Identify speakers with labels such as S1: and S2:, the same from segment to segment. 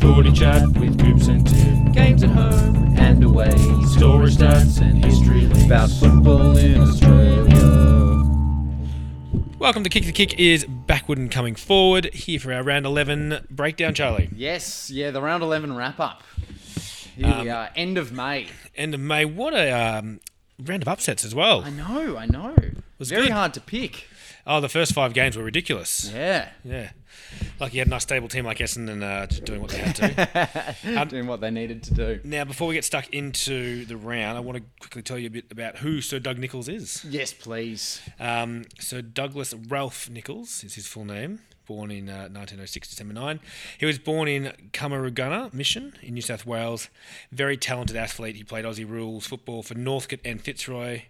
S1: Footy chat with Goops and Tim. Games at home and away. Story stats and history links.
S2: about football in Australia.
S3: Welcome to Kick the Kick is backward and coming forward here for our round 11 breakdown, Charlie.
S2: Yes, yeah, the round 11 wrap up. Here we are, end of May.
S3: And May, what a um, round of upsets as well.
S2: I know, I know.
S3: Was
S2: Very
S3: good.
S2: hard to pick.
S3: Oh, the first five games were ridiculous.
S2: Yeah.
S3: Yeah. Like you had a nice stable team like Essendon uh, just doing what they had to.
S2: Doing what they needed to do.
S3: now, before we get stuck into the round, I want to quickly tell you a bit about who Sir Doug Nichols is.
S2: Yes, please.
S3: Um, so Douglas Ralph Nichols is his full name. Born in uh, 1906, December 9. He was born in Kamarugana Mission in New South Wales. Very talented athlete. He played Aussie rules football for Northcote and Fitzroy.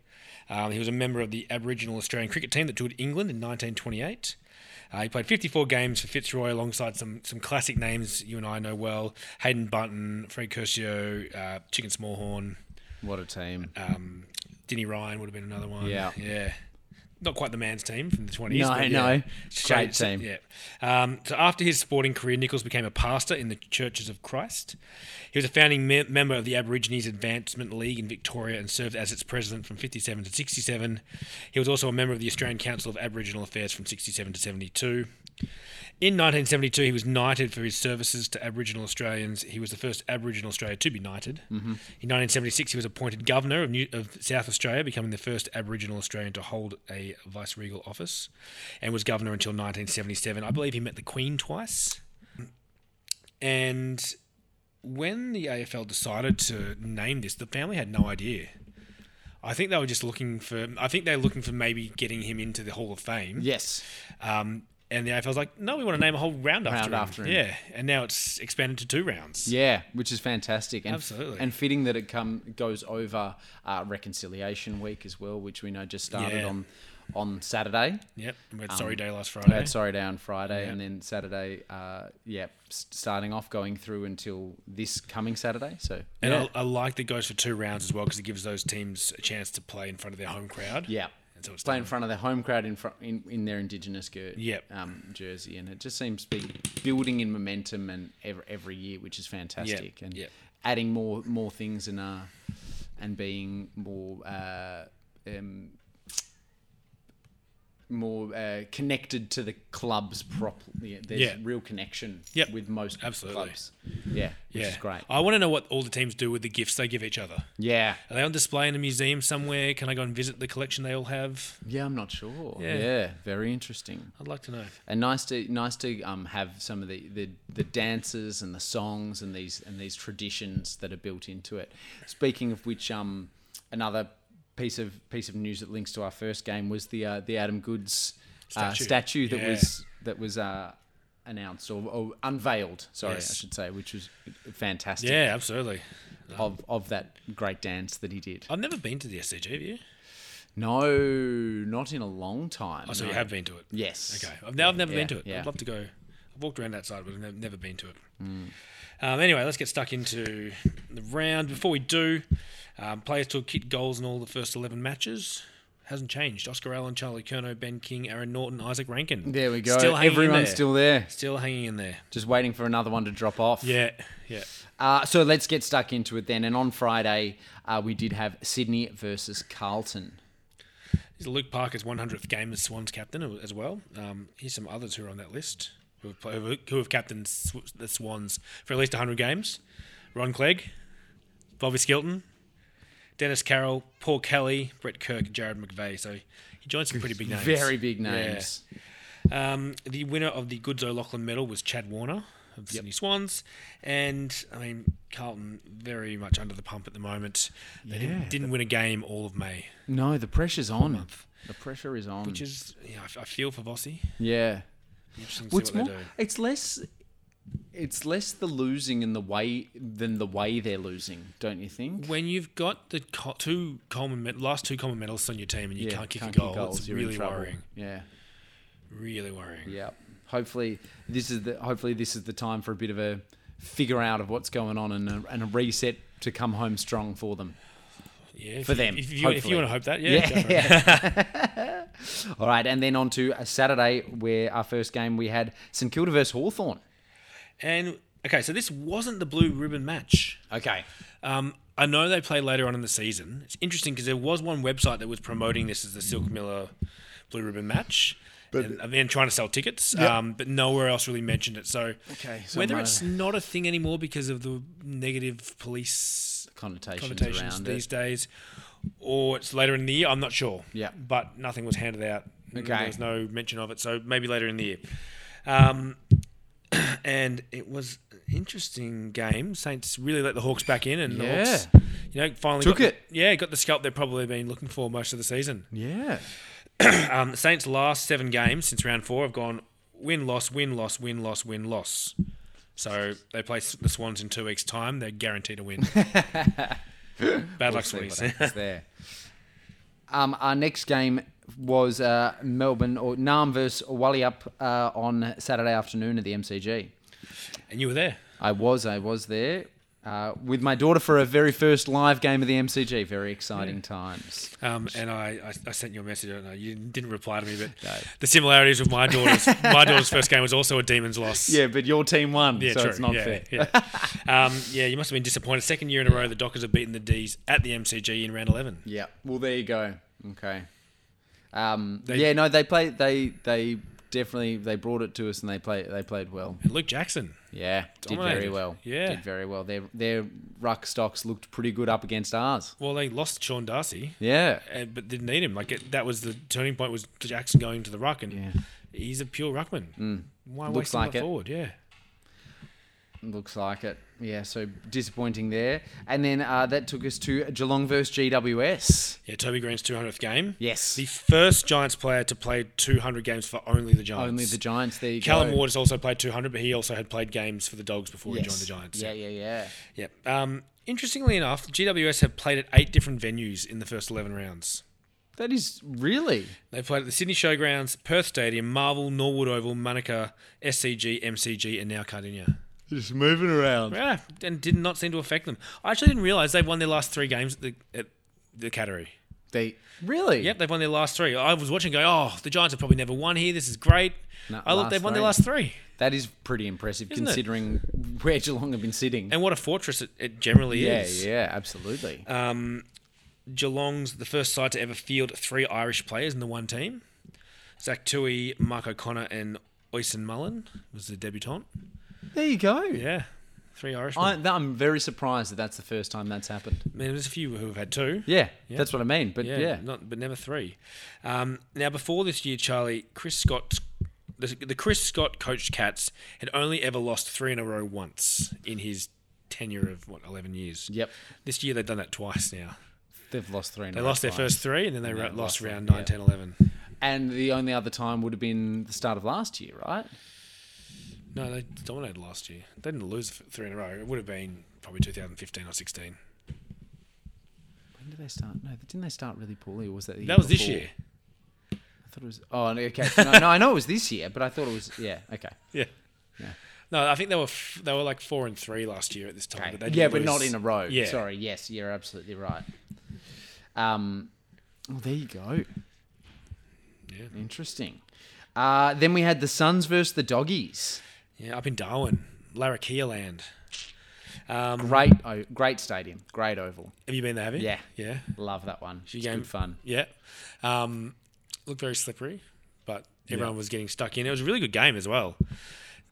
S3: Um, he was a member of the Aboriginal Australian cricket team that toured England in 1928. Uh, he played 54 games for Fitzroy alongside some some classic names you and I know well Hayden Bunton, Fred Curcio, uh, Chicken Smallhorn,
S2: What a team.
S3: um, Denny Ryan would have been another one.
S2: Yeah.
S3: Yeah. Not quite the man's team from the 20s.
S2: No,
S3: but
S2: no.
S3: Yeah.
S2: Great
S3: so-
S2: team.
S3: Yeah. Um, so after his sporting career, Nichols became a pastor in the Churches of Christ. He was a founding me- member of the Aborigines Advancement League in Victoria and served as its president from 57 to 67. He was also a member of the Australian Council of Aboriginal Affairs from 67 to 72. In 1972, he was knighted for his services to Aboriginal Australians. He was the first Aboriginal Australian to be knighted. In 1976, he was appointed governor of, New- of South Australia, becoming the first Aboriginal Australian to hold a viceregal office, and was governor until 1977. I believe he met the Queen twice. And when the AFL decided to name this, the family had no idea. I think they were just looking for. I think they were looking for maybe getting him into the Hall of Fame.
S2: Yes.
S3: Um, and the AFL's like, no, we want to name a whole round after,
S2: Round
S3: him.
S2: after him.
S3: Yeah, and now it's expanded to two rounds.
S2: Yeah, which is fantastic. And,
S3: Absolutely.
S2: And fitting that it come goes over uh, Reconciliation Week as well, which we know just started
S3: Yeah.
S2: on on Saturday.
S3: Yep. We
S2: Um,
S3: had Sorry Day last
S2: We
S3: Friday.
S2: had Sorry Day on Friday,
S3: Yeah.
S2: and then Saturday, uh, yeah, s- starting off going through until this coming Saturday. So,
S3: and
S2: yeah.
S3: I, I like that it goes for two rounds as well because it gives those teams a chance to play in front of their home crowd.
S2: yeah.
S3: And so it's
S2: Play in
S3: done.
S2: front of their home crowd in, front, in, in their Indigenous gear,
S3: Yep.
S2: um, jersey. And it just seems to be building in momentum and every, every year, which is fantastic. And
S3: yep.
S2: adding more more things and, uh, and being more. Uh, um, more uh, connected to the clubs properly. There's
S3: Yeah.
S2: real connection
S3: Yep.
S2: with most
S3: Absolutely.
S2: clubs. Yeah, which
S3: Yeah.
S2: is great.
S3: I want to know what all the teams do with the gifts they give each other.
S2: Yeah,
S3: Are they on display in a museum somewhere? Can I go and visit the collection they all have?
S2: yeah, I'm not sure. Yeah,
S3: Yeah.
S2: very interesting.
S3: I'd like to know.
S2: And nice to nice to um, have some of the, the the dances and the songs and these and these traditions that are built into it. Speaking of which, um, another piece of piece of news that links to our first game was the uh, the Adam Goods uh,
S3: Statue.
S2: statue that
S3: Yeah.
S2: was that was. Uh, Announced or, or unveiled, sorry, I
S3: Yes.
S2: should say, which was fantastic
S3: Yeah, absolutely.
S2: of of that great dance that he did.
S3: I've never been to the SCG, have you?
S2: No, not in a long time.
S3: Oh, so
S2: no.
S3: you have been to it?
S2: Yes.
S3: Okay. I've, now I've never
S2: yeah,
S3: been to it.
S2: yeah.
S3: I'd love to go. I've walked around that side, but I've never, never been to it.
S2: Mm.
S3: Um, anyway, let's get stuck into the round. Before we do, um, players took kit goals in all the first 11 matches. Hasn't changed. Oscar Allen, Charlie Kerno, Ben King, Aaron Norton, Isaac Rankin.
S2: There we go.
S3: Still hanging in
S2: Everyone's
S3: there.
S2: still there.
S3: Still hanging in there.
S2: Just waiting for another one to drop off.
S3: Yeah. Yeah.
S2: Uh, so let's get stuck into it then. And on Friday, uh, we did have Sydney versus Carlton.
S3: This is Luke Parker's 100th game as Swans captain as well. Um, here's some others who are on that list who have, play, who have captained Sw- the Swans for at least 100 games. Ron Clegg, Bobby Skilton, Dennis Carroll, Paul Kelly, Brett Kirk, Jared McVeigh. So he joined some pretty big names.
S2: Very big
S3: Yeah.
S2: names.
S3: Um, the winner of the Goods O'Loughlin medal was Chad Warner of the Sydney Swans. And, I mean, Carlton very much under the pump at the moment. They didn't, didn't win a game all of May,
S2: No, the pressure's on. The pressure is on.
S3: which is, yeah, I, I feel for Vossi.
S2: yeah.
S3: Interesting to see
S2: What's
S3: what they
S2: more,
S3: do.
S2: it's less. It's less the losing and the way than the way they're losing, don't you think?
S3: When you've got the co- two common med- last two common medals on your team and you
S2: Yeah,
S3: can't kick
S2: kick
S3: a goal, it's
S2: you're in
S3: really
S2: trouble.
S3: worrying.
S2: Yeah.
S3: Really worrying.
S2: Yeah. Hopefully this is the hopefully this is the time for a bit of a figure out of what's going on and a, and a reset to come home strong for them.
S3: Yeah, if
S2: For
S3: you-
S2: them,
S3: If you, if
S2: hopefully.
S3: you want to hope that, yeah. go for it.
S2: Yeah. All right, and then on to a Saturday where our first game we had St Kilda versus Hawthorn.
S3: And Okay, so this wasn't the blue ribbon match.
S2: Okay.
S3: Um, I know they play later on in the season. It's interesting because there was one website that was promoting this as the Silk Miller Blue Ribbon match. But and, and then trying to sell tickets, um, but nowhere else really mentioned it. So,
S2: Okay, so
S3: whether
S2: my-
S3: it's not a thing anymore because of the negative police
S2: Connotations,
S3: connotations
S2: around
S3: these
S2: it.
S3: days, or it's later in the year, I'm not sure.
S2: Yeah.
S3: but nothing was handed out.
S2: Okay.
S3: there's no mention of it. So maybe later in the year. Um, and it was an interesting game. Saints really let the Hawks back in, and
S2: Yeah.
S3: the Hawks, you know, finally
S2: Took
S3: got the-
S2: it.
S3: yeah, got the scalp they've probably been looking for most of the season.
S2: Yeah.
S3: Um, the Saints' last seven games since round four have gone win, loss, win, loss, win, loss, win, loss. So they play s- the Swans in two weeks' time. They're guaranteed a win. Bad luck,
S2: See what
S3: Swans.
S2: happens there. Um, our next game was uh, Melbourne or Nam versus Wally Up uh, on Saturday afternoon at the MCG.
S3: and you were there.
S2: I was, I was there uh, with my daughter for a very first live game of the MCG. Very exciting times.
S3: Um, and I, I, I sent you a message. I don't know. You didn't reply to me, but the similarities with my daughter's my daughter's first game was also a demons loss.
S2: Yeah, but your team won,
S3: Yeah,
S2: so
S3: true.
S2: it's not
S3: yeah,
S2: fair.
S3: Yeah. um, yeah, you must have been disappointed. Second year in a row, the Dockers have beaten the D's at the MCG in round 11.
S2: Yeah. Well, there you go. Okay. Um, yeah, no, they play. They they definitely they brought it to us, and they play. They played well.
S3: And Luke Jackson.
S2: Yeah, did very
S3: Dominated.
S2: well.
S3: Yeah.
S2: did very well. Their their ruck stocks looked pretty good up against ours.
S3: Well, they lost Sean Darcy,
S2: Yeah.
S3: uh, but didn't need him. Like it, that was the turning point was Jackson going to the ruck, and
S2: Yeah. Mm.
S3: he's a pure ruckman. Why
S2: Looks
S3: waste him
S2: like
S3: up
S2: it.
S3: forward? Yeah.
S2: Looks like it. Yeah, so disappointing there. And then uh, that took us to Geelong versus GWS.
S3: Yeah, Toby Green's 200th game.
S2: Yes.
S3: The first Giants player to play 200 games for only the Giants.
S2: Only the Giants. There you
S3: Callum
S2: go.
S3: Ward has also played 200, but he also had played games for the Dogs before he joined
S2: Yes.
S3: the Giants.
S2: Yeah, yeah, yeah.
S3: Yep. Um, interestingly enough, GWS have played at eight different venues in the first 11 rounds.
S2: That is really.
S3: They've played at the Sydney Showgrounds, Perth Stadium, Marvel, Norwood Oval, Manuka, SCG, MCG, and now Cardinia.
S2: Just moving around.
S3: Yeah, and did not seem to affect them. I actually didn't realise they've won their last three games at the, at the Cattery.
S2: They really.
S3: Yep, they've won their last three. I was watching, going, oh, the Giants have probably never won here. This is great.
S2: No,
S3: I look,
S2: last
S3: they've won their
S2: three.
S3: last three.
S2: That is pretty impressive
S3: Isn't it?
S2: considering where Geelong have been sitting.
S3: And what a fortress it, it generally
S2: Yeah,
S3: is.
S2: yeah, absolutely.
S3: Um, Geelong's the first side to ever field three Irish players in the one team. Zach Tui, Mark O'Connor, and Oisin Mullen was the debutant.
S2: there you go.
S3: Yeah, three Irish.
S2: I,
S3: I,
S2: th- I'm very surprised that that's the first time that's happened.
S3: mean, there's a few who have had two.
S2: Yeah, that's what I mean. But
S3: yeah,
S2: yeah,
S3: Not, but never three. Um, now, before this year, Charlie, Chris Scott, the, the Chris Scott coached Cats had only ever lost three in a row once in his tenure of what 11 years.
S2: Yep.
S3: This year they've done that twice now.
S2: they've lost three.
S3: They lost their first three, and then they ro-
S2: then
S3: lost
S2: lost
S3: round
S2: them,
S3: 9,
S2: yeah.
S3: 10, 11.
S2: and the only other time would have been the start of last year, right?
S3: No, they dominated last year. They didn't lose f- three in a row. It would have been probably 2015 or 16.
S2: When did they start? No, didn't they start really poorly? Or was that the year
S3: That was this
S2: before?
S3: year.
S2: I thought it was. Oh, no, okay. So no, no, I know it was this year, but I thought it was. Yeah, okay.
S3: Yeah.
S2: Yeah.
S3: No, I think they were f- they were like four and three last year at this time. But they didn't
S2: yeah, but
S3: lose-
S2: not in a row.
S3: Yeah.
S2: Sorry. Yes, you're absolutely right. Um, well, there you go.
S3: Yeah.
S2: Interesting. Uh, then we had the Suns versus the Doggies.
S3: Yeah, up in Darwin, Larrakia land. Um,
S2: Great, o- great stadium. Great oval.
S3: have you been there? Have you?
S2: Yeah.
S3: Yeah.
S2: Love that one. It's
S3: game-
S2: good fun.
S3: Yeah. Um, looked very slippery, but everyone was getting stuck in. It was a really good game as well.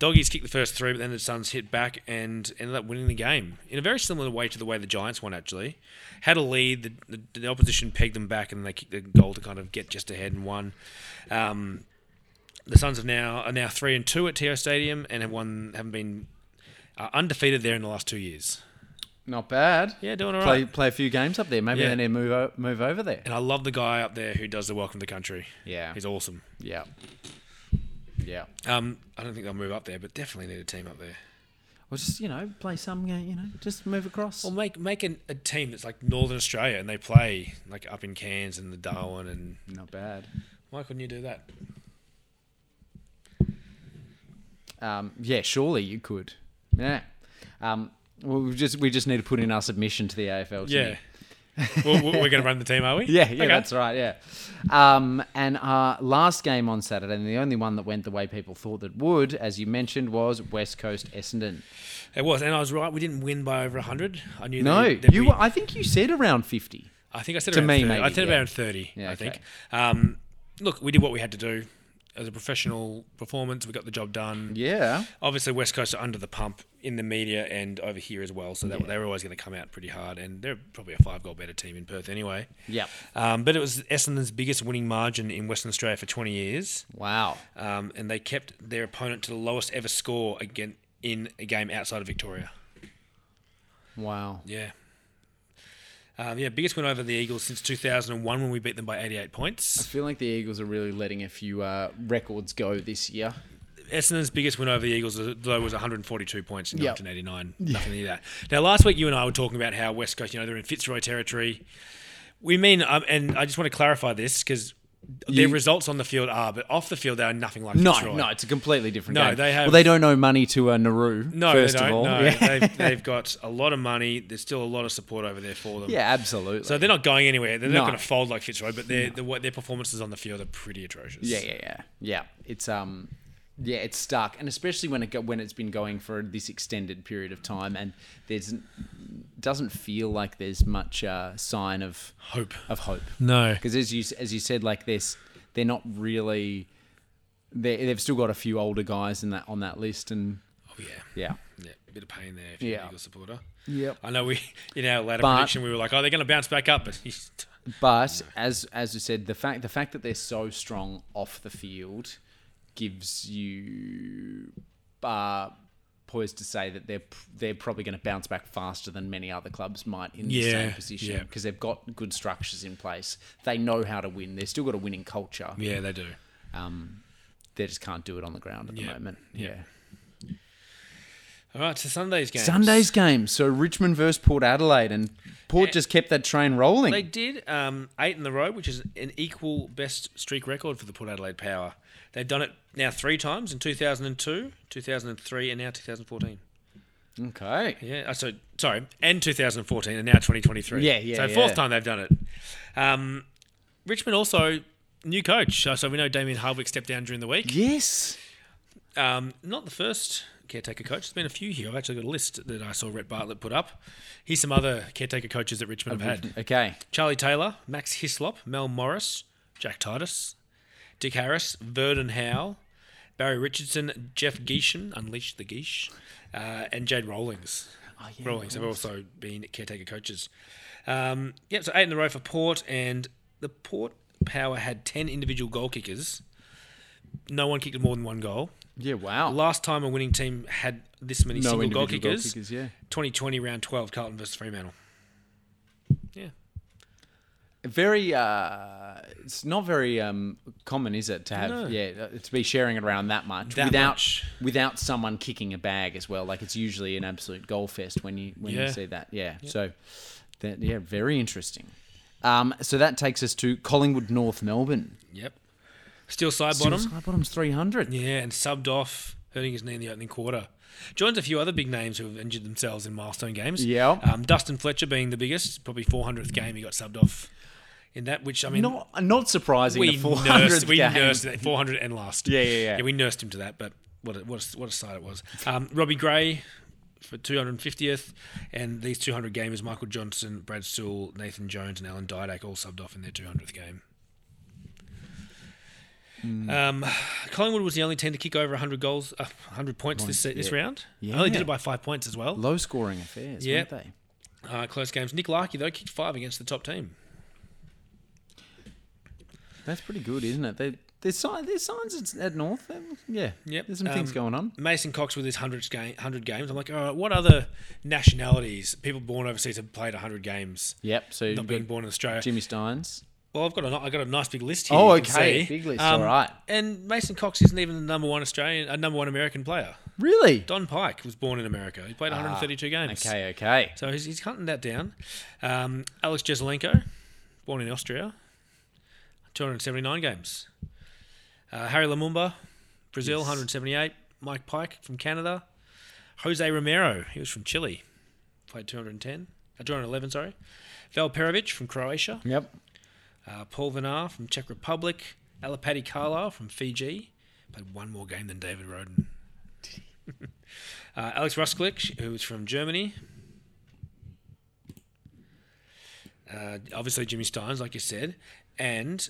S3: Doggies kicked the first three, but then the Suns hit back and ended up winning the game in a very similar way to the way the Giants won, actually. Had a lead, the, the, the opposition pegged them back, and they kicked the goal to kind of get just ahead and won. Um, the Suns have now are now three and two at TO Stadium and have won haven't been uh, undefeated there in the last two years.
S2: Not bad.
S3: Yeah, doing all right.
S2: Play play a few games up there. Maybe
S3: Yeah.
S2: they need to move o- move over there.
S3: And I love the guy up there who does the welcome to country.
S2: Yeah.
S3: he's awesome.
S2: Yeah. Yeah.
S3: Um, I don't think they'll move up there, but definitely need a team up there.
S2: Or just you know play some game. You know just move across.
S3: Or make make an, a team that's like Northern Australia and they play like up in Cairns and the Darwin and
S2: Not bad.
S3: why couldn't you do that?
S2: Um, yeah, surely you could. Yeah. Um, well, we just we just need to put in our submission to the AFL. team.
S3: Yeah. well, we're going to run the team, are we?
S2: Yeah, yeah, that's right. Yeah. Um, and our last game on Saturday, and the only one that went the way people thought that would, as you mentioned, was West Coast Essendon.
S3: It was, and I was right. We didn't win by over hundred. I knew.
S2: No,
S3: that, that
S2: you.
S3: we-
S2: Were, I think you said around fifty.
S3: I think I said
S2: To
S3: around
S2: me,
S3: 30. I
S2: maybe,
S3: said
S2: yeah.
S3: around thirty.
S2: Yeah,
S3: I
S2: okay.
S3: think. Um, look, we did what we had to do as a professional performance. We got the job done.
S2: Yeah.
S3: Obviously, West Coast are under the pump in the media and over here as well, so that, they were always going to come out pretty hard, and they're probably a five-goal better team in Perth anyway.
S2: Yep.
S3: Um, but it was Essendon's biggest winning margin in Western Australia for 20 years,
S2: Wow.
S3: um, and they kept their opponent to the lowest ever score again in a game outside of Victoria.
S2: Wow.
S3: Yeah. Um, yeah, biggest win over the Eagles since 2001 when we beat them by 88
S2: I
S3: points.
S2: feel like the Eagles are really letting a few uh, records go this year.
S3: Essendon's biggest win over the Eagles, uh, though, was 142 points in
S2: Yep.
S3: 1989. Nothing near that. Now, last week you and I were talking about how West Coast, you know, they're in Fitzroy territory. We mean, um, and I just want to clarify this because
S2: You-
S3: their results on the field are, but off the field they are nothing like
S2: No,
S3: Fitzroy.
S2: no, it's a completely different
S3: No,
S2: game.
S3: they have-
S2: Well, they don't owe money to uh, Nauru.
S3: No,
S2: first
S3: they don't.
S2: of all,
S3: No,
S2: yeah.
S3: they've, they've got a lot of money. There's still a lot of support over there for them.
S2: Yeah, absolutely.
S3: So they're not going anywhere. They're not
S2: No.
S3: going to fold like Fitzroy, but their the, what their performances on the field are pretty atrocious.
S2: yeah, yeah, yeah, yeah. It's um, yeah, it's stuck, and especially when it go, when it's been going for this extended period of time, and there's doesn't feel like there's much uh, sign of
S3: Hope.
S2: of hope.
S3: No.
S2: because as you as you said, like this, they're not really. They they've still got a few older guys in that on that list, and
S3: Oh, yeah.
S2: yeah,
S3: Yeah. Bit of pain there if you're an
S2: Yeah.
S3: Eagles supporter.
S2: Yep.
S3: I know we, in our latter
S2: But-
S3: prediction, we were like, oh, they're going to bounce back up. But he's-
S2: But as as you said, the fact the fact that they're so strong off the field gives you uh, poise to say that they're p- they're probably going to bounce back faster than many other clubs might in the same
S3: Yeah,
S2: position
S3: yeah.
S2: because they've got good structures in place. They know how to win. They've still got a winning culture.
S3: yeah, they do.
S2: Um, they just can't do it on the ground at
S3: Yeah,
S2: the moment.
S3: yeah.
S2: Yeah.
S3: All right, so Sunday's game.
S2: Sunday's game. So Richmond versus Port Adelaide, and Port just kept that train rolling.
S3: They did um, eight in the row, which is an equal best streak record for the Port Adelaide Power. They've done it now three times in 2002, 2003, and now 2014.
S2: okay.
S3: Yeah, uh, so sorry, and 2014, and now 2023.
S2: Yeah, yeah,
S3: So
S2: yeah.
S3: fourth time they've done it. Um, Richmond also new coach, so, so we know Damien Hardwick stepped down during the week.
S2: Yes.
S3: Um, not the first caretaker coach. There's been a few here. I've actually got a list that I saw Rhett Bartlett put up. Here's some other caretaker coaches that Richmond have had:
S2: Okay.
S3: Charlie Taylor, Max Hislop, Mel Morris, Jack Titus, Dick Harris, Verdon Howe. Barry Richardson, Jeff Geeshan, Unleash the Geesh, uh, and Jade Rawlings.
S2: Oh, yeah,
S3: Rawlings have also been caretaker coaches. Um, yep, so eight in a row for Port, and the Port Power had 10 individual goal kickers. No one kicked more than one goal.
S2: Yeah. Wow.
S3: Last time a winning team had this many
S2: Oh. No
S3: single goal
S2: individual goal
S3: kickers,
S2: kickers, yeah.
S3: 2020 round 12, Carlton versus Fremantle. Yeah.
S2: very uh it's not very um common is it to have
S3: No.
S2: yeah uh, to be sharing it around that much
S3: That
S2: without
S3: much.
S2: without someone kicking a bag as well like it's usually an absolute goal fest when you when
S3: Yeah.
S2: you see that yeah so that yeah very interesting um so that takes us to Collingwood North Melbourne
S3: Yep. Still side
S2: Still
S3: bottom.
S2: side bottom's 300
S3: Yeah, and subbed off, hurting his knee in the opening quarter. Joins a few other big names who have injured themselves in milestone games.
S2: Yeah.
S3: Um, Dustin Fletcher being the biggest, probably 400th game he got subbed off in that, which, I mean,
S2: not not surprising
S3: we,
S2: the 400
S3: nursed, we
S2: game.
S3: nursed that 400 and last.
S2: Yeah, yeah, yeah.
S3: we nursed him to that, but what a, what a, what a sight it was. Um, Robbie Gray for 250th, and these 200 gamers, Michael Johnson, Brad Sewell, Nathan Jones, and Alan Didak all subbed off in their 200th game.
S2: Hmm.
S3: Um, Collingwood was the only team to kick over 100 goals, uh, 100 points, this this round.
S2: Yeah.
S3: Only did it by five points as well.
S2: low scoring affairs
S3: Yep.
S2: weren't they
S3: Uh, close games. Nick Larkey though kicked five against the top team.
S2: that's pretty good isn't it they there's, si- there's signs it's at North. um, Yeah.
S3: Yep.
S2: There's some things
S3: Um,
S2: going on.
S3: Mason Cox with his 100 game, 100 games. I'm like, all right, what other nationalities, people born overseas, have played 100 games?
S2: Yep. So you've
S3: Not being
S2: got
S3: born in Australia.
S2: Jimmy Steins.
S3: Well, I've got a, ni- I've got a nice big list here.
S2: Oh,
S3: you can
S2: okay.
S3: see. Um,
S2: Big list, all right.
S3: And Mason Cox isn't even the number one Australian, uh, number one American player.
S2: Really?
S3: Don Pike was born in America. He played 132 games.
S2: Ah, Okay, okay.
S3: So he's, he's hunting that down. Um, Alex Jezelenko, born in Austria, 279 games. Uh, Harry Lamumba, Brazil, 178. Mike Pike from Canada. Jose Romero, he was from Chile, played 210. Uh, 211, sorry. Val Perovic from Croatia.
S2: Yep.
S3: Uh, Paul Vinar from Czech Republic. Alapati Carlisle from Fiji. Played one more game than David Roden. Uh, Alex Rusklich, who was from Germany. Uh, obviously, Jimmy Steins, like you said. And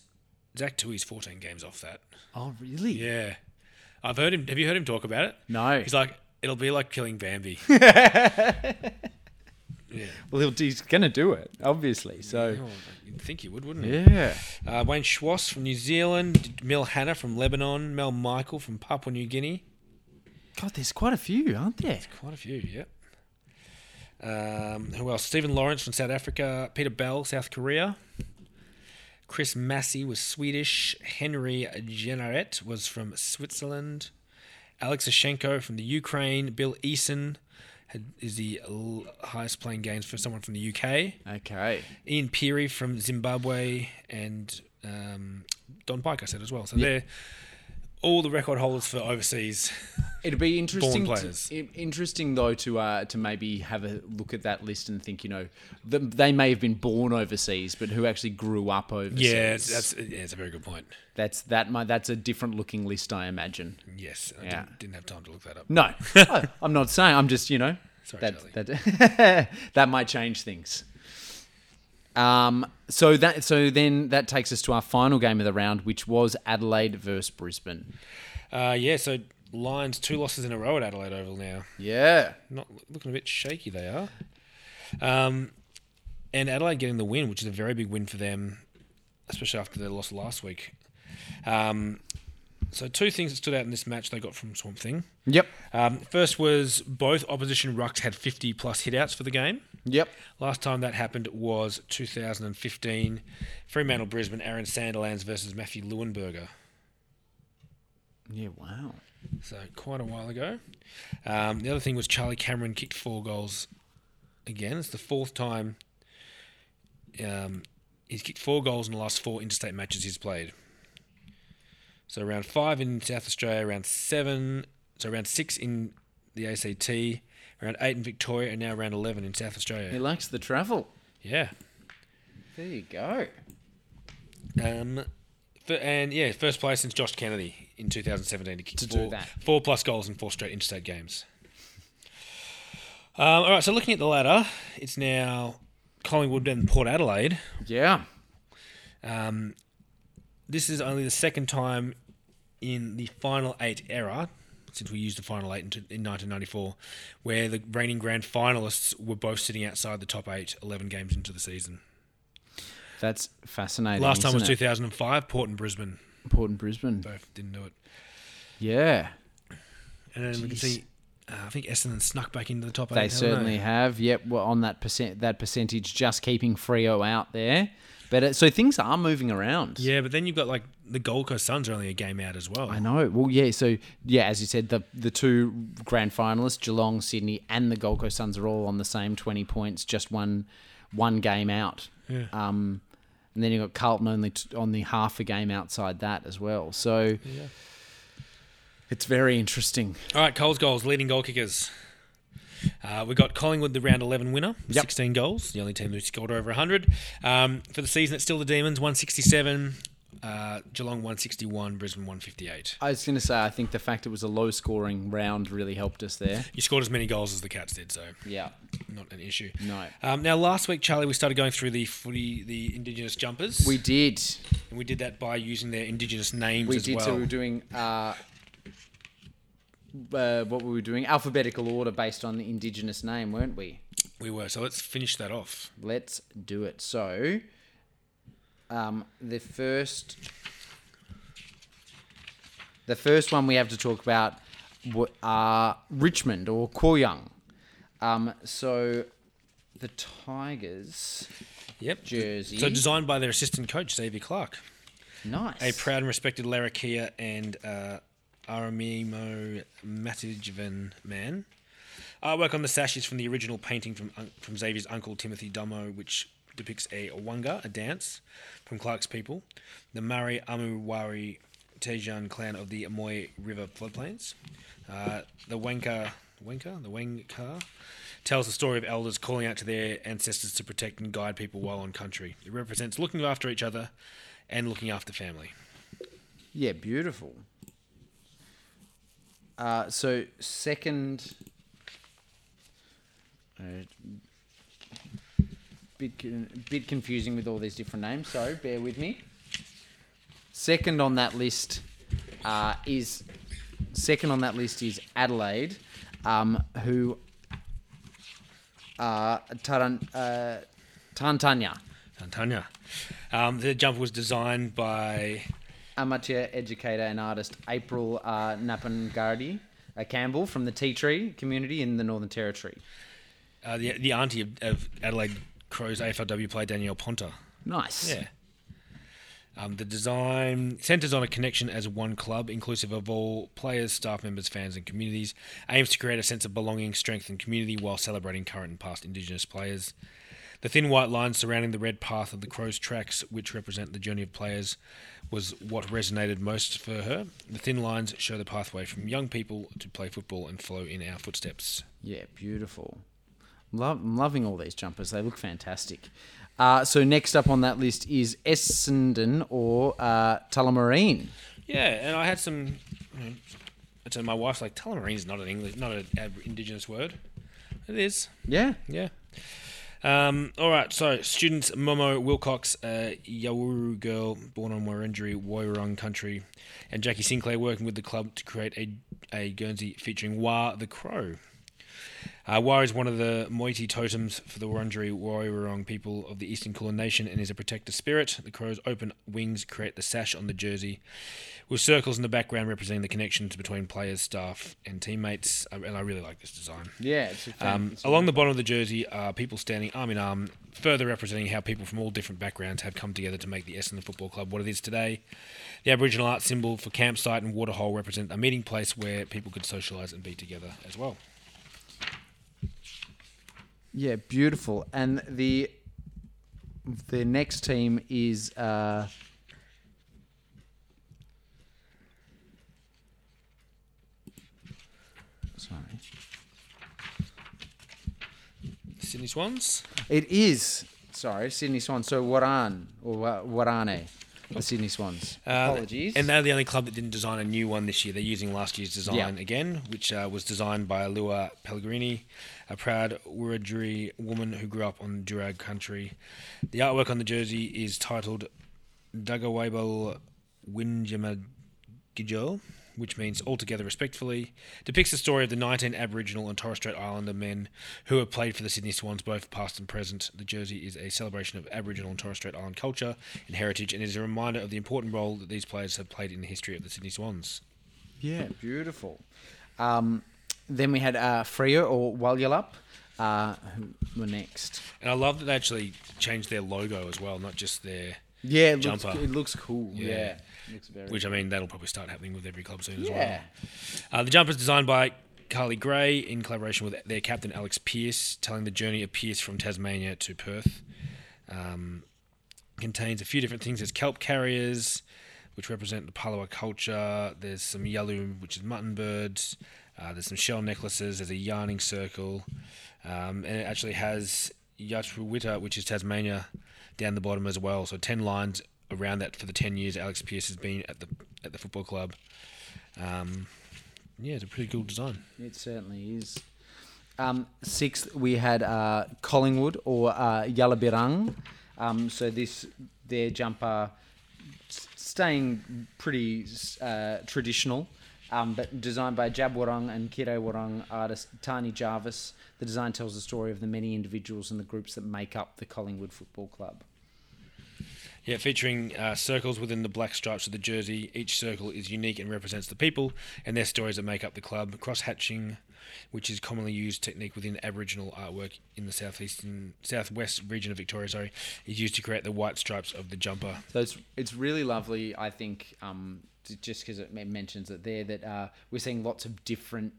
S3: Zach Tui's 14 games off that.
S2: Oh, really?
S3: Yeah. I've heard him. Have you heard him talk about it?
S2: No.
S3: He's like, it'll be like killing Bambi. yeah.
S2: well, he'll, he's going to do it, obviously. So,
S3: Oh, you'd think he would, wouldn't you?
S2: yeah.
S3: Uh, Wayne Schwass from New Zealand, Mil Hanna from Lebanon, Mel Michael from Papua New Guinea.
S2: God, there's quite a few, aren't there?
S3: Quite a few, yep. Um, who else? Stephen Lawrence from South Africa, Peter Bell, South Korea. Chris Massey was Swedish. Henry Jenaret was from Switzerland. Alex Ashenko from the Ukraine. Bill Eason had, is the l- highest playing games for someone from the UK.
S2: Okay.
S3: Ian Peary from Zimbabwe and um, Don Pike, I said as well. So they're all the record holders for overseas.
S2: It'd be interesting.
S3: Born
S2: to-
S3: players.
S2: i- interesting though to uh, to maybe have a look at that list and think, you know, th- they may have been born overseas, but who actually grew up overseas?
S3: Yeah, it's- that's yeah, it's a very good point.
S2: that's that. Might, that's a different looking list, I imagine.
S3: Yes, I
S2: Yeah.
S3: didn't, didn't have time to look that up.
S2: No, I- I'm not saying. I'm just you know
S3: Sorry,
S2: that that, that might change things. Um. So that so then that takes us to our final game of the round, which was Adelaide versus Brisbane.
S3: Uh, yeah, so Lions two losses in a row at Adelaide Oval now.
S2: Yeah.
S3: Not looking a bit shaky they are. Um, and Adelaide getting the win, which is a very big win for them, especially after their loss last week. Um, so two things that stood out in this match they got from Swamp Thing.
S2: Yep.
S3: Um, first was both opposition rucks had 50 plus hitouts for the game.
S2: Yep.
S3: Last time that happened was 2015, Fremantle Brisbane, Aaron Sanderlands versus Matthew Lewinberger.
S2: Yeah. Wow.
S3: So quite a while ago. Um, the other thing was Charlie Cameron kicked four goals again. It's the fourth time um, he's kicked four goals in the last four interstate matches he's played. So around five in South Australia, around seven, so around six in the ACT, around eight in Victoria, and now around 11 in South
S2: He
S3: Australia.
S2: likes the travel.
S3: Yeah.
S2: There you go.
S3: Um, f- and yeah, first place since Josh Kennedy in 2017 to kick
S2: To do
S3: four,
S2: that.
S3: four plus goals in four straight interstate games. Um, all right, so looking at the ladder, it's now Collingwood and Port Adelaide.
S2: Yeah.
S3: This is only the second time in the final eight era since we used the final eight in, t- in 1994 where the reigning grand finalists were both sitting outside the top eight 11 games into the season.
S2: That's fascinating.
S3: Last time was
S2: isn't it?
S3: 2005, Port and Brisbane
S2: Port and Brisbane.
S3: both didn't do it.
S2: Yeah.
S3: And then we can
S2: Jeez.
S3: see, uh, I think Essendon snuck back into the top eight.
S2: They
S3: haven't
S2: certainly have. Yep, we're on that percent that percentage, just keeping Frio out there. But it, so things are moving around.
S3: Yeah, but then you've got like the Gold Coast Suns are only a game out as well.
S2: I know. Well, yeah. So yeah, as you said, the the two grand finalists, Geelong, Sydney, and the Gold Coast Suns, are all on the same twenty points, just one one game out.
S3: Yeah.
S2: Um, and then you have got Carlton only t- on the half a game outside that as well. So it's very interesting.
S3: All right, Coles goals, leading goal kickers. Uh, we got Collingwood, the round 11 winner,
S2: Yep.
S3: 16 goals, the only team who scored over 100. Um, for the season, it's still the Demons, 167, uh, Geelong, 161, Brisbane, 158.
S2: I was going to say, I think the fact it was a low scoring round really helped us there.
S3: You scored as many goals as the Cats did, so
S2: Yeah.
S3: not an issue.
S2: No.
S3: Um, now, last week, Charlie, we started going through the footy, the Indigenous jumpers.
S2: We did.
S3: and we did that by using their Indigenous names
S2: We
S3: as
S2: did.
S3: well.
S2: So we were doing. Uh, uh, what were we doing? Alphabetical order based on the indigenous name, weren't we?
S3: We were. So let's finish that off.
S2: Let's do it. So, um, the first, the first one we have to talk about wa- are Richmond or Kooyung. Um, so, the Tigers
S3: Yep.
S2: jersey.
S3: So designed by their assistant coach, Xavier Clark.
S2: nice.
S3: A proud and respected Larrakia and uh, Aramimo Matijevan man. Artwork on the sash is from the original painting from un- from Xavier's uncle Timothy Dummo, which depicts a wanga, a dance, from Clark's people, the Murray Amuwari Tejan clan of the Amoy River floodplains. Uh, the Wenka, Wenka, the Wenka, tells the story of elders calling out to their ancestors to protect and guide people while on country. It represents looking after each other and looking after family.
S2: Yeah, beautiful. Uh, so second Uh, bit con- bit confusing with all these different names, so bear with me. Second on that list uh, is second on that list is Adelaide, um, who are Taran, uh, Tantanya,
S3: Tantanya. Um, the jumper was designed by
S2: amateur educator and artist April uh, Napangardi uh, Campbell from the Tea Tree community in the Northern Territory.
S3: uh, the, the auntie of, of Adelaide Crow's AFLW player, Danielle Ponta.
S2: Nice.
S3: Yeah. Um, the design centres on a connection as one club, inclusive of all players, staff members, fans, and communities. Aims to create a sense of belonging, strength, and community while celebrating current and past Indigenous players. The thin white line surrounding the red path of the Crows tracks, which represent the journey of players, was what resonated most for her. The thin lines show the pathway from young people to play football and follow in our footsteps.
S2: Yeah, beautiful. Love, I'm loving all these jumpers. They look fantastic. Uh, so next up on that list is Essendon or uh, Tullamarine.
S3: Yeah, and I had some. You know, I told my wife's like, "Tullamarine not an English, not an ab- Indigenous word." It is.
S2: Yeah,
S3: Yeah. Um, all right. So students Momo Wilcox, a Yawuru girl born on Wurundjeri Woiwurrung country, and Jackie Sinclair working with the club to create a, a Guernsey featuring Wa the Crow. Uh, Wa is one of the Moiti totems for the Wurundjeri Woiwurrung people of the Eastern Kulin Nation and is a protector spirit. The crow's open wings create the sash on the jersey, with circles in the background representing the connections between players, staff, and teammates. Uh, And I really like this design.
S2: yeah. It's a fan-
S3: Um,
S2: it's a-
S3: along the bottom of the jersey are people standing arm in arm, further representing how people from all different backgrounds have come together to make the Essendon Football Club what it is today. The Aboriginal art symbol for campsite and waterhole represent a meeting place where people could socialise and be together as well.
S2: yeah, beautiful. And the the next team is uh, sorry,
S3: Sydney Swans.
S2: it is sorry Sydney Swans. So Waran or Wa- Warane, the Sydney Swans.
S3: Uh,
S2: Apologies.
S3: And they're the only club that didn't design a new one this year. They're using last year's design
S2: Yeah.
S3: again, which uh, was designed by Lua Pellegrini, a proud Wiradjuri woman who grew up on Durag country. The artwork on the jersey is titled Dagawabal Winjamagijol, which means altogether respectfully, depicts the story of the 19 Aboriginal and Torres Strait Islander men who have played for the Sydney Swans, both past and present. The jersey is a celebration of Aboriginal and Torres Strait Island culture and heritage and is a reminder of the important role that these players have played in the history of the Sydney Swans.
S2: Yeah, beautiful. Um, then we had uh, Freo or Walyulup. Uh, who were next?
S3: And I love that they actually changed their logo as well, not just their.
S2: Yeah, it
S3: looks- Jumper. it
S2: looks cool.
S3: Yeah.
S2: looks very.
S3: Which I mean, that'll probably start happening with every club soon as
S2: Yeah.
S3: well. Uh, the jumper is designed by Carly Gray in collaboration with their captain Alex Pierce, telling the journey of Pierce from Tasmania to Perth. Um, contains a few different things. There's kelp carriers, which represent the Palawa culture. There's some yalum, which is mutton birds. Uh, there's some shell necklaces. There's a yarning circle, um, and it actually has Yatruwita, which is Tasmania, down the bottom as well. So ten lines around that for the ten years Alex Pierce has been at the at the football club. Um, yeah, it's a pretty cool design.
S2: It certainly is. Um, sixth, we had uh, Collingwood or uh, Yalabirang. Um, so this their jumper s- staying pretty uh, traditional, um, but designed by Jab Warang and Kire Warang artist Tani Jarvis. The design tells the story of the many individuals and the groups that make up the Collingwood Football Club.
S3: Yeah, featuring uh, circles within the black stripes of the jersey. Each circle is unique and represents the people and their stories that make up the club. Cross hatching, which is commonly used technique within Aboriginal artwork in the southeastern southwest region of Victoria, sorry, is used to create the white stripes of the jumper.
S2: So it's it's really lovely. I think um, j- just because it men- mentions it there that uh, we're seeing lots of different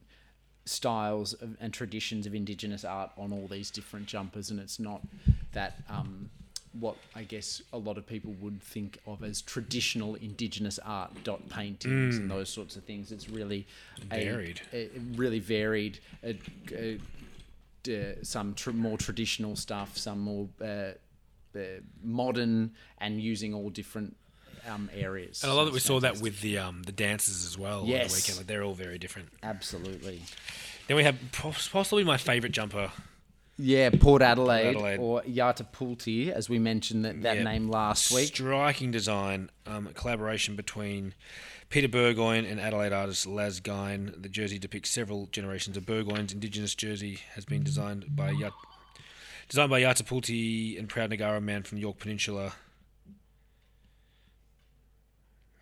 S2: styles of, and traditions of Indigenous art on all these different jumpers, and it's not that. Um, what I guess a lot of people would think of as traditional Indigenous art, dot paintings and those sorts of things. It's really a-
S3: Varied.
S2: a- really varied. A, a, uh, some tr- more traditional stuff, some more uh, uh, modern, and using all different um, areas.
S3: And I love that we saw that with the um, the dances as well on
S2: Yes.
S3: the weekend. Like they're all very different.
S2: Absolutely.
S3: Then we have pos- possibly my favourite jumper
S2: Yeah, Port Adelaide,
S3: Adelaide.
S2: or Yatapulti, as we mentioned that, that
S3: Yeah.
S2: name last week.
S3: Striking design, um, a collaboration between Peter Burgoyne and Adelaide artist Laz Gine. The jersey depicts several generations of Burgoyne's indigenous jersey. Has been designed by Yat- designed by Yatapulti and proud Nagara man from the York Peninsula.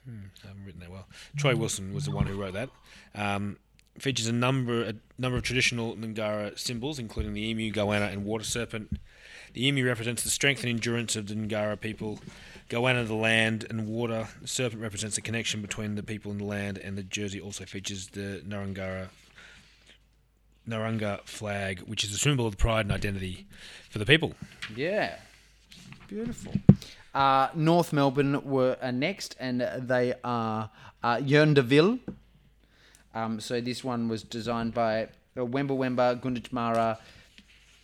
S3: Hmm, I haven't written that well. Troy Wilson was the one who wrote that. Um, features a number a number of traditional Ngara symbols, including the emu, goanna, and water serpent. The emu represents the strength and endurance of the Ngara people. Goanna, the land and water. The serpent represents the connection between the people and the land. And the jersey also features the Narangara Naranga flag, which is a symbol of pride and identity for the people.
S2: Yeah, beautiful. Uh, North Melbourne were uh, next, and they are uh, Yearn de Ville. Um, so this one was designed by uh, Wemba Wemba, Gunditjmara,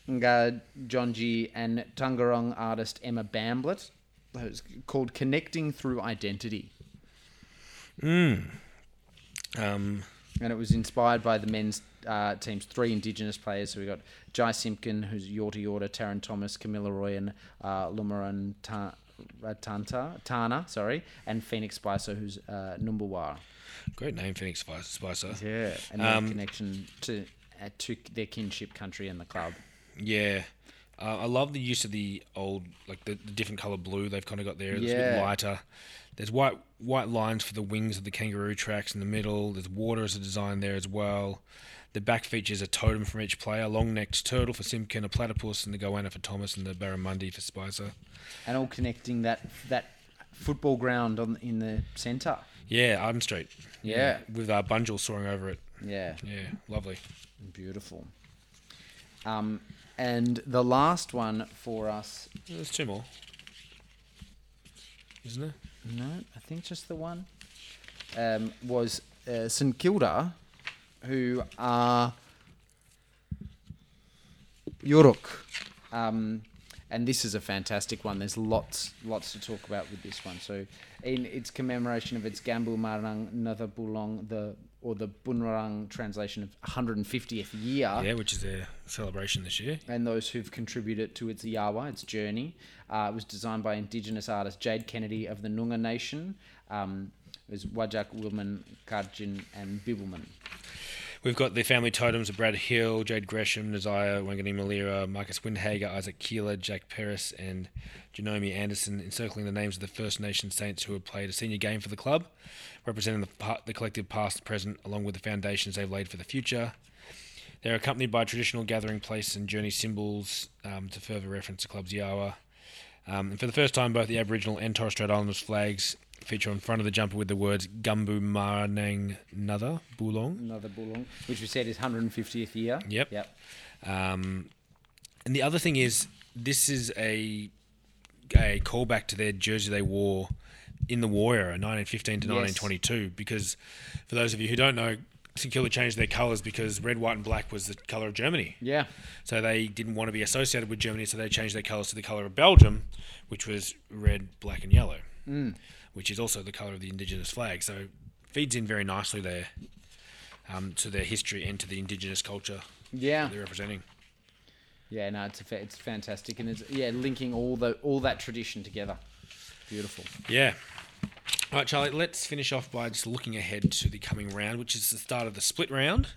S2: Nga Jonji, and Tungarong artist Emma Bamblett. It's called Connecting Through Identity.
S3: Um,
S2: and it was inspired by the men's uh, team's three Indigenous players. So we got Jai Simpkin, who's Yorta Yorta, Taryn Thomas, Camilla Roy, and uh, Lumaran Ta- Ratanta, Tana, sorry, and Phoenix Spicer, who's uh, Numbawar.
S3: great name, Phoenix Spice- Spicer.
S2: Yeah, um, and their connection to uh, to their kinship country and the club.
S3: Yeah. Uh, I love the use of the old, like the, the different color blue they've kind of got there. It's a
S2: Yeah.
S3: bit lighter. There's white white lines for the wings of the kangaroo tracks in the middle. There's water as a design there as well. The back features a totem from each player: long-necked turtle for Simkin, a platypus, and the goanna for Thomas, and the barramundi for Spicer.
S2: and all connecting that that football ground on in the centre.
S3: Yeah, Arden Street.
S2: Yeah.
S3: with our bunjil soaring over it.
S2: Yeah,
S3: Yeah, lovely.
S2: beautiful. Um, and the last one for us
S3: There's two more, isn't there?
S2: No, I think just the one. Um, was uh, St Kilda, who are Yoruk. Um, and this is a fantastic one. There's lots, lots to talk about with this one. So, in its commemoration of its Gambu Marang Nathabulong, the or the Bunrang translation of 150th year,
S3: Yeah, which is their celebration this year.
S2: and those who've contributed to its Yawa, its journey. Uh, it was designed by Indigenous artist Jade Kennedy of the Noongar Nation. Um, it was Wajak, Wilman, Kajin, and Bibbleman.
S3: We've got the family totems of Brad Hill, Jade Gresham, Naziah Wangani Malira, Marcus Windhager, Isaac Keeler, Jack Perris, and Janomi Anderson, encircling the names of the First Nation saints who have played a senior game for the club, representing the, pa- the collective past and present, along with the foundations they've laid for the future. They're accompanied by traditional gathering place and journey symbols um, to further reference the club's Yawa. Um, and for the first time, both the Aboriginal and Torres Strait Islanders flags feature on front of the jumper with the words Gumbu Maranang Nother Bulong.
S2: Another Bulong, which we said is 150th year.
S3: Yep.
S2: Yep.
S3: Um, and the other thing is, this is a a callback to their jersey they wore in the war era, 1915 to
S2: Yes.
S3: 1922. Because for those of you who don't know, St Kilda changed their colours because red, white, and black was the colour of Germany.
S2: Yeah.
S3: So they didn't want to be associated with Germany, so they changed their colours to the colour of Belgium, which was red, black, and yellow, mm. which is also the colour of the indigenous flag. So feeds in very nicely there um, to their history and to the indigenous culture
S2: Yeah.
S3: they're representing.
S2: Yeah, no, it's, a fa- it's fantastic. And it's, yeah, linking all, the, all that tradition together. Beautiful.
S3: Yeah. All right, Charlie, let's finish off by just looking ahead to the coming round, which is the start of the split round.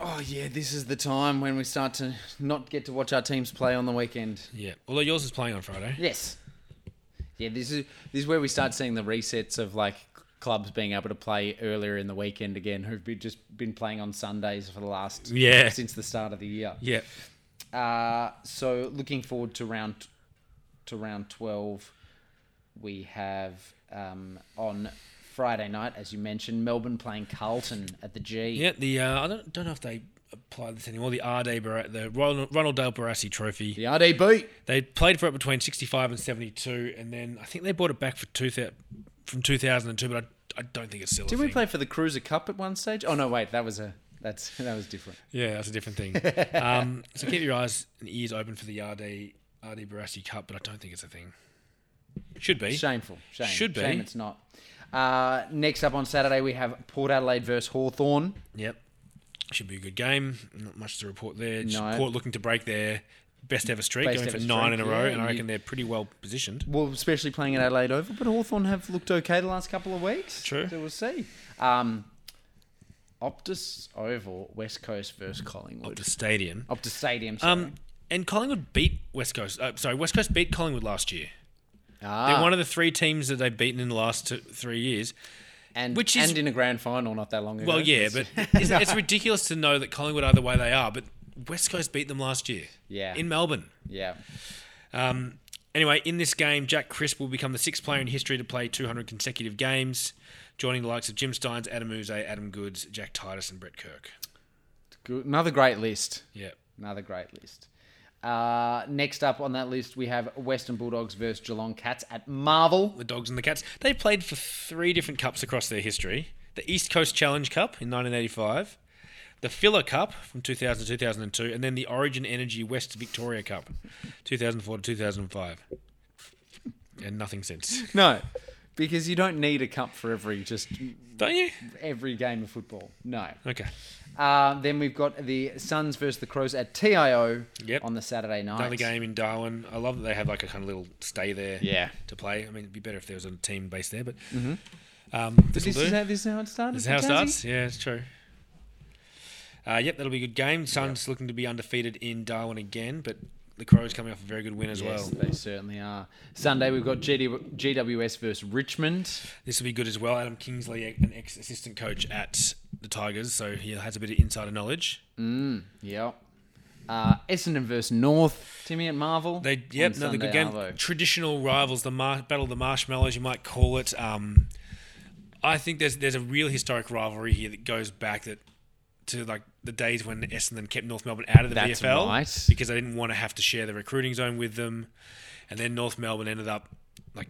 S2: Oh, yeah, this is the time when we start to not get to watch our teams play on the weekend.
S3: Yeah. Although yours is playing on Friday.
S2: Yes. Yeah, this is this is where we start seeing the resets of like clubs being able to play earlier in the weekend again, who've been just been playing on Sundays for the last
S3: Yeah.
S2: since the start of the year.
S3: Yeah.
S2: Uh, so looking forward to round to round twelve, we have um, on Friday night, as you mentioned, Melbourne playing Carlton at the G.
S3: Yeah. The uh, I don't, don't know if they apply this anymore. The RD Bar- the Ronald, Ronald Dale Barassi Trophy.
S2: The RDB.
S3: They played for it between sixty-five and seventy-two, and then I think they bought it back for two thousand from two thousand and two. But I, I don't think it's still.
S2: Did
S3: a
S2: we
S3: thing.
S2: play for the Cruiser Cup at one stage? Oh no, wait, that was a that's that was different.
S3: Yeah, that's a different thing. um, so keep your eyes and ears open for the RD RD Barassi Cup, but I don't think it's a thing. Should be.
S2: Shameful. Shame.
S3: Should be.
S2: Shame it's not. Uh, next up on Saturday, we have Port Adelaide versus Hawthorn.
S3: Yep. Should be a good game. Not much to report there. Just
S2: No.
S3: Port looking to break their best ever streak,
S2: Best
S3: going
S2: ever
S3: for nine in a
S2: streak,
S3: row,
S2: yeah,
S3: and I
S2: and you-
S3: reckon they're pretty well positioned.
S2: Well, especially playing at Adelaide Oval, but Hawthorn have looked okay the last couple of weeks.
S3: True.
S2: So we'll see. Um, Optus Oval, West Coast versus Collingwood.
S3: The stadium.
S2: Optus Stadium. Sorry.
S3: Um, and Collingwood beat West Coast. Uh, sorry, West Coast beat Collingwood last year.
S2: ah,
S3: They're one of the three teams that they've beaten in the last two, three years.
S2: and,
S3: which
S2: which
S3: is-
S2: and in a grand final not that long ago.
S3: Well, yeah, but it's, it's ridiculous to know that Collingwood are the way they are, but West Coast beat them last year.
S2: Yeah.
S3: In Melbourne.
S2: yeah.
S3: Um, anyway, in this game, Jack Crisp will become the sixth player in history to play 200 consecutive games, joining the likes of Jim Steins, Adam Uze, Adam Goods, Jack Titus, and Brett Kirk.
S2: Good. Another great list.
S3: Yeah.
S2: Another great list. Uh, next up on that list, we have Western Bulldogs versus Geelong Cats at Marvel.
S3: The Dogs and the Cats. They played for three different cups across their history the East Coast Challenge Cup in 1985. The Filler Cup from 2000 to 2002, and then the Origin Energy West Victoria Cup, 2004 to 2005, and nothing since.
S2: No, because you don't need a cup for every just
S3: Don't you?
S2: every game of football. No.
S3: Okay.
S2: Uh, then we've got the Suns versus the Crows at TIO
S3: Yep.
S2: on the Saturday night.
S3: Another game in Darwin. I love that they have like a kind of little stay there
S2: Yeah. Mm-hmm.
S3: to play. I mean, it'd be better if there was a team based there, but um,
S2: But
S3: this'll
S2: this
S3: do.
S2: is, how, this is how it started.
S3: This is how it
S2: Mackenzie?
S3: starts. Yeah, it's true. Uh, yep, that'll be a good game. Suns looking to be undefeated in Darwin again, but the Crows coming off a very good win as
S2: Yes,
S3: well.
S2: they certainly are. Sunday, we've got GD, GWS versus Richmond.
S3: This will be good as well. Adam Kingsley, an ex assistant coach at the Tigers, so he has a bit of insider knowledge.
S2: Yep. Uh, Essendon versus North. Timmy at Marvel.
S3: They yep,
S2: on
S3: another good
S2: Sunday,
S3: game.
S2: Arvo.
S3: Traditional rivals, the mar- battle of the marshmallows, you might call it. Um, I think there's there's a real historic rivalry here that goes back that to like the days when Essendon kept North Melbourne out of the
S2: That's
S3: VFL
S2: right.
S3: because they didn't want to have to share the recruiting zone with them, and then North Melbourne ended up like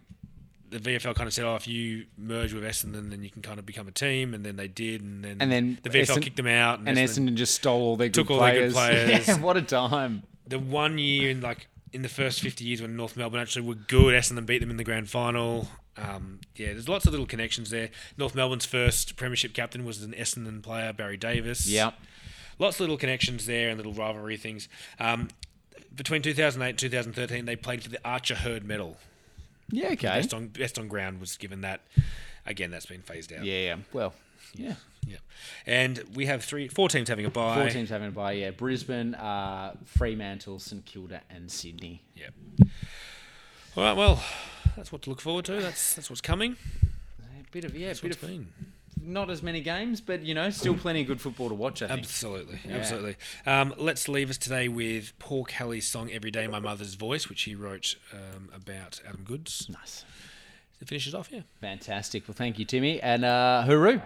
S3: the VFL kind of said, "Oh, if you merge with Essendon, then you can kind of become a team," and then they did, and then
S2: And then
S3: the VFL
S2: Essen-
S3: kicked them out,
S2: And Essendon just stole all their
S3: Took
S2: good
S3: all their good
S2: players.
S3: players.
S2: yeah, what a time.
S3: the one year in like in the first 50 years when North Melbourne actually were good, Essendon beat them in the grand final. Um, yeah, there's lots of little connections there. North Melbourne's first premiership captain was an Essendon player, Barry Davis.
S2: Yep.
S3: Lots of little connections there and little rivalry things. Um, between 2008 and 2013, they played for the Archer Hurd Medal.
S2: Yeah, okay.
S3: Best on, best on ground was given that. Again, that's been phased out.
S2: Yeah, yeah. Well, yeah.
S3: Yeah. And we have three, four teams having a bye.
S2: Four teams having a bye. Yeah, Brisbane, uh, Fremantle, St Kilda, and Sydney.
S3: Yeah. All right. Well, that's what to look forward to. That's that's what's coming.
S2: A bit of yeah, a
S3: That's what
S2: bit
S3: it's
S2: of
S3: been.
S2: not as many games, but you know, still plenty of good football to watch. I think.
S3: Absolutely, absolutely. Um, let's leave us today with Paul Kelly's song "Every Day My Mother's Voice," which he wrote um, about Adam Goods.
S2: nice,
S3: It finishes off, yeah.
S2: fantastic. Well, thank you, Timmy, and uh, hooroo.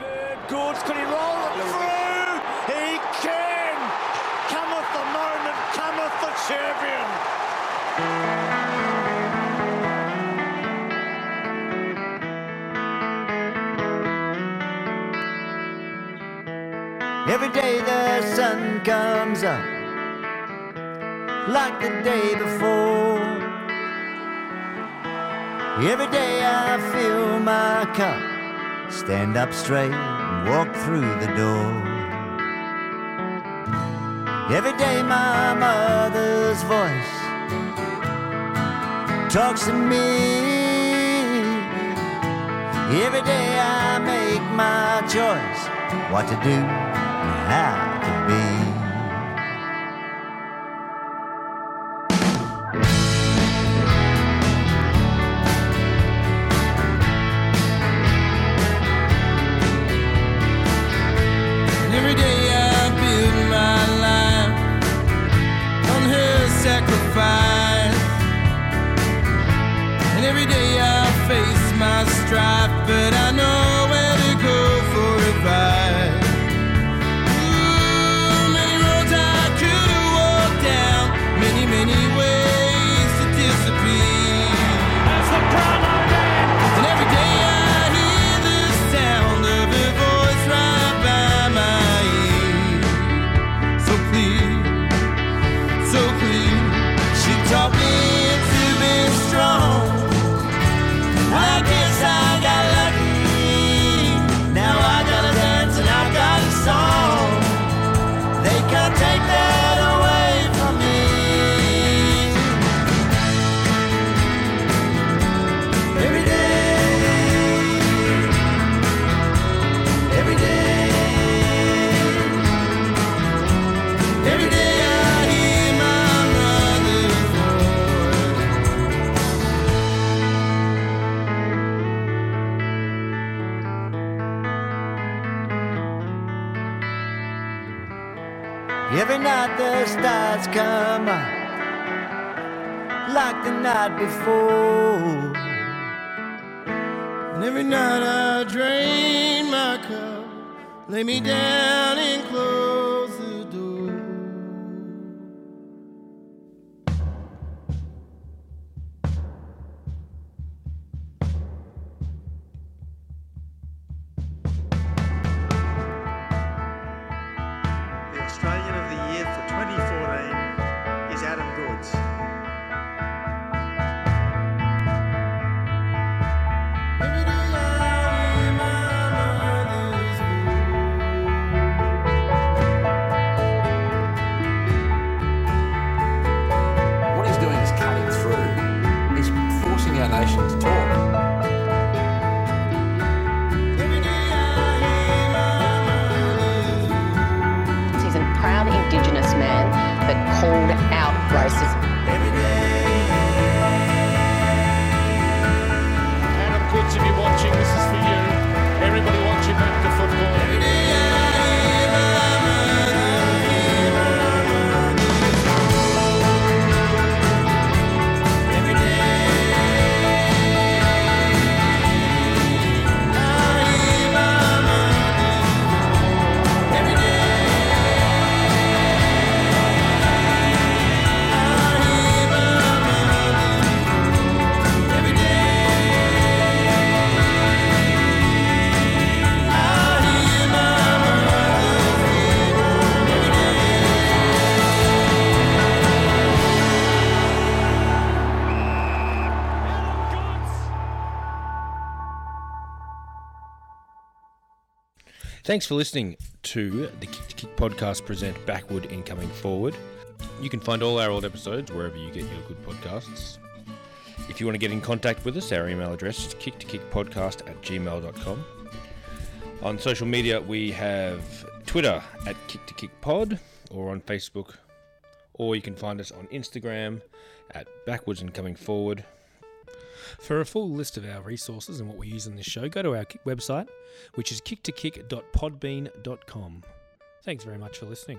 S4: Bird Gord's could he roll it through? He can! Cometh the moment, cometh the champion! Every day the sun comes up like the day before. Every day I fill my cup stand up straight and walk through the door. Every day my mother's voice talks to me. Every day I make my choice what to do and how to be.
S5: And every day I build my life on her sacrifice. And every day I face my strife, but I know where to go for advice. Ooh, many roads I could have walked down, many, many ways to disappear. And every day I hear the sound of her voice right by my ear. So please, so please, she taught me to be strong. I guess I got lucky. Now I gotta dance and I gotta.
S6: Every night the stars come up like the night before.
S5: And every night I drain my cup, lay me down and close the door.
S7: The Australian of the Year for 2014 is Adam Goods.
S5: Every day I'm in my mother's
S8: What he's doing is cutting through. He's forcing our nation to talk.
S5: Every day I hear my mother's
S9: He's a proud Indigenous man that called out racism.
S10: Adam Goods, if you're watching, this is for you. Everybody watching back to football.
S3: Thanks for listening to the Kick to Kick podcast present Backward Incoming Forward. You can find all our old episodes wherever you get your good podcasts. If you want to get in contact with us, our email address is kicktokickpodcast at gmail.com. On social media, we have Twitter at Kick to Kick Pod or on Facebook, or you can find us on Instagram at Backwards and Coming Forward.
S10: For a full list of our resources and what we use in this show, go to our kick website, which is kicktokick.podbean.com. Thanks very much for listening.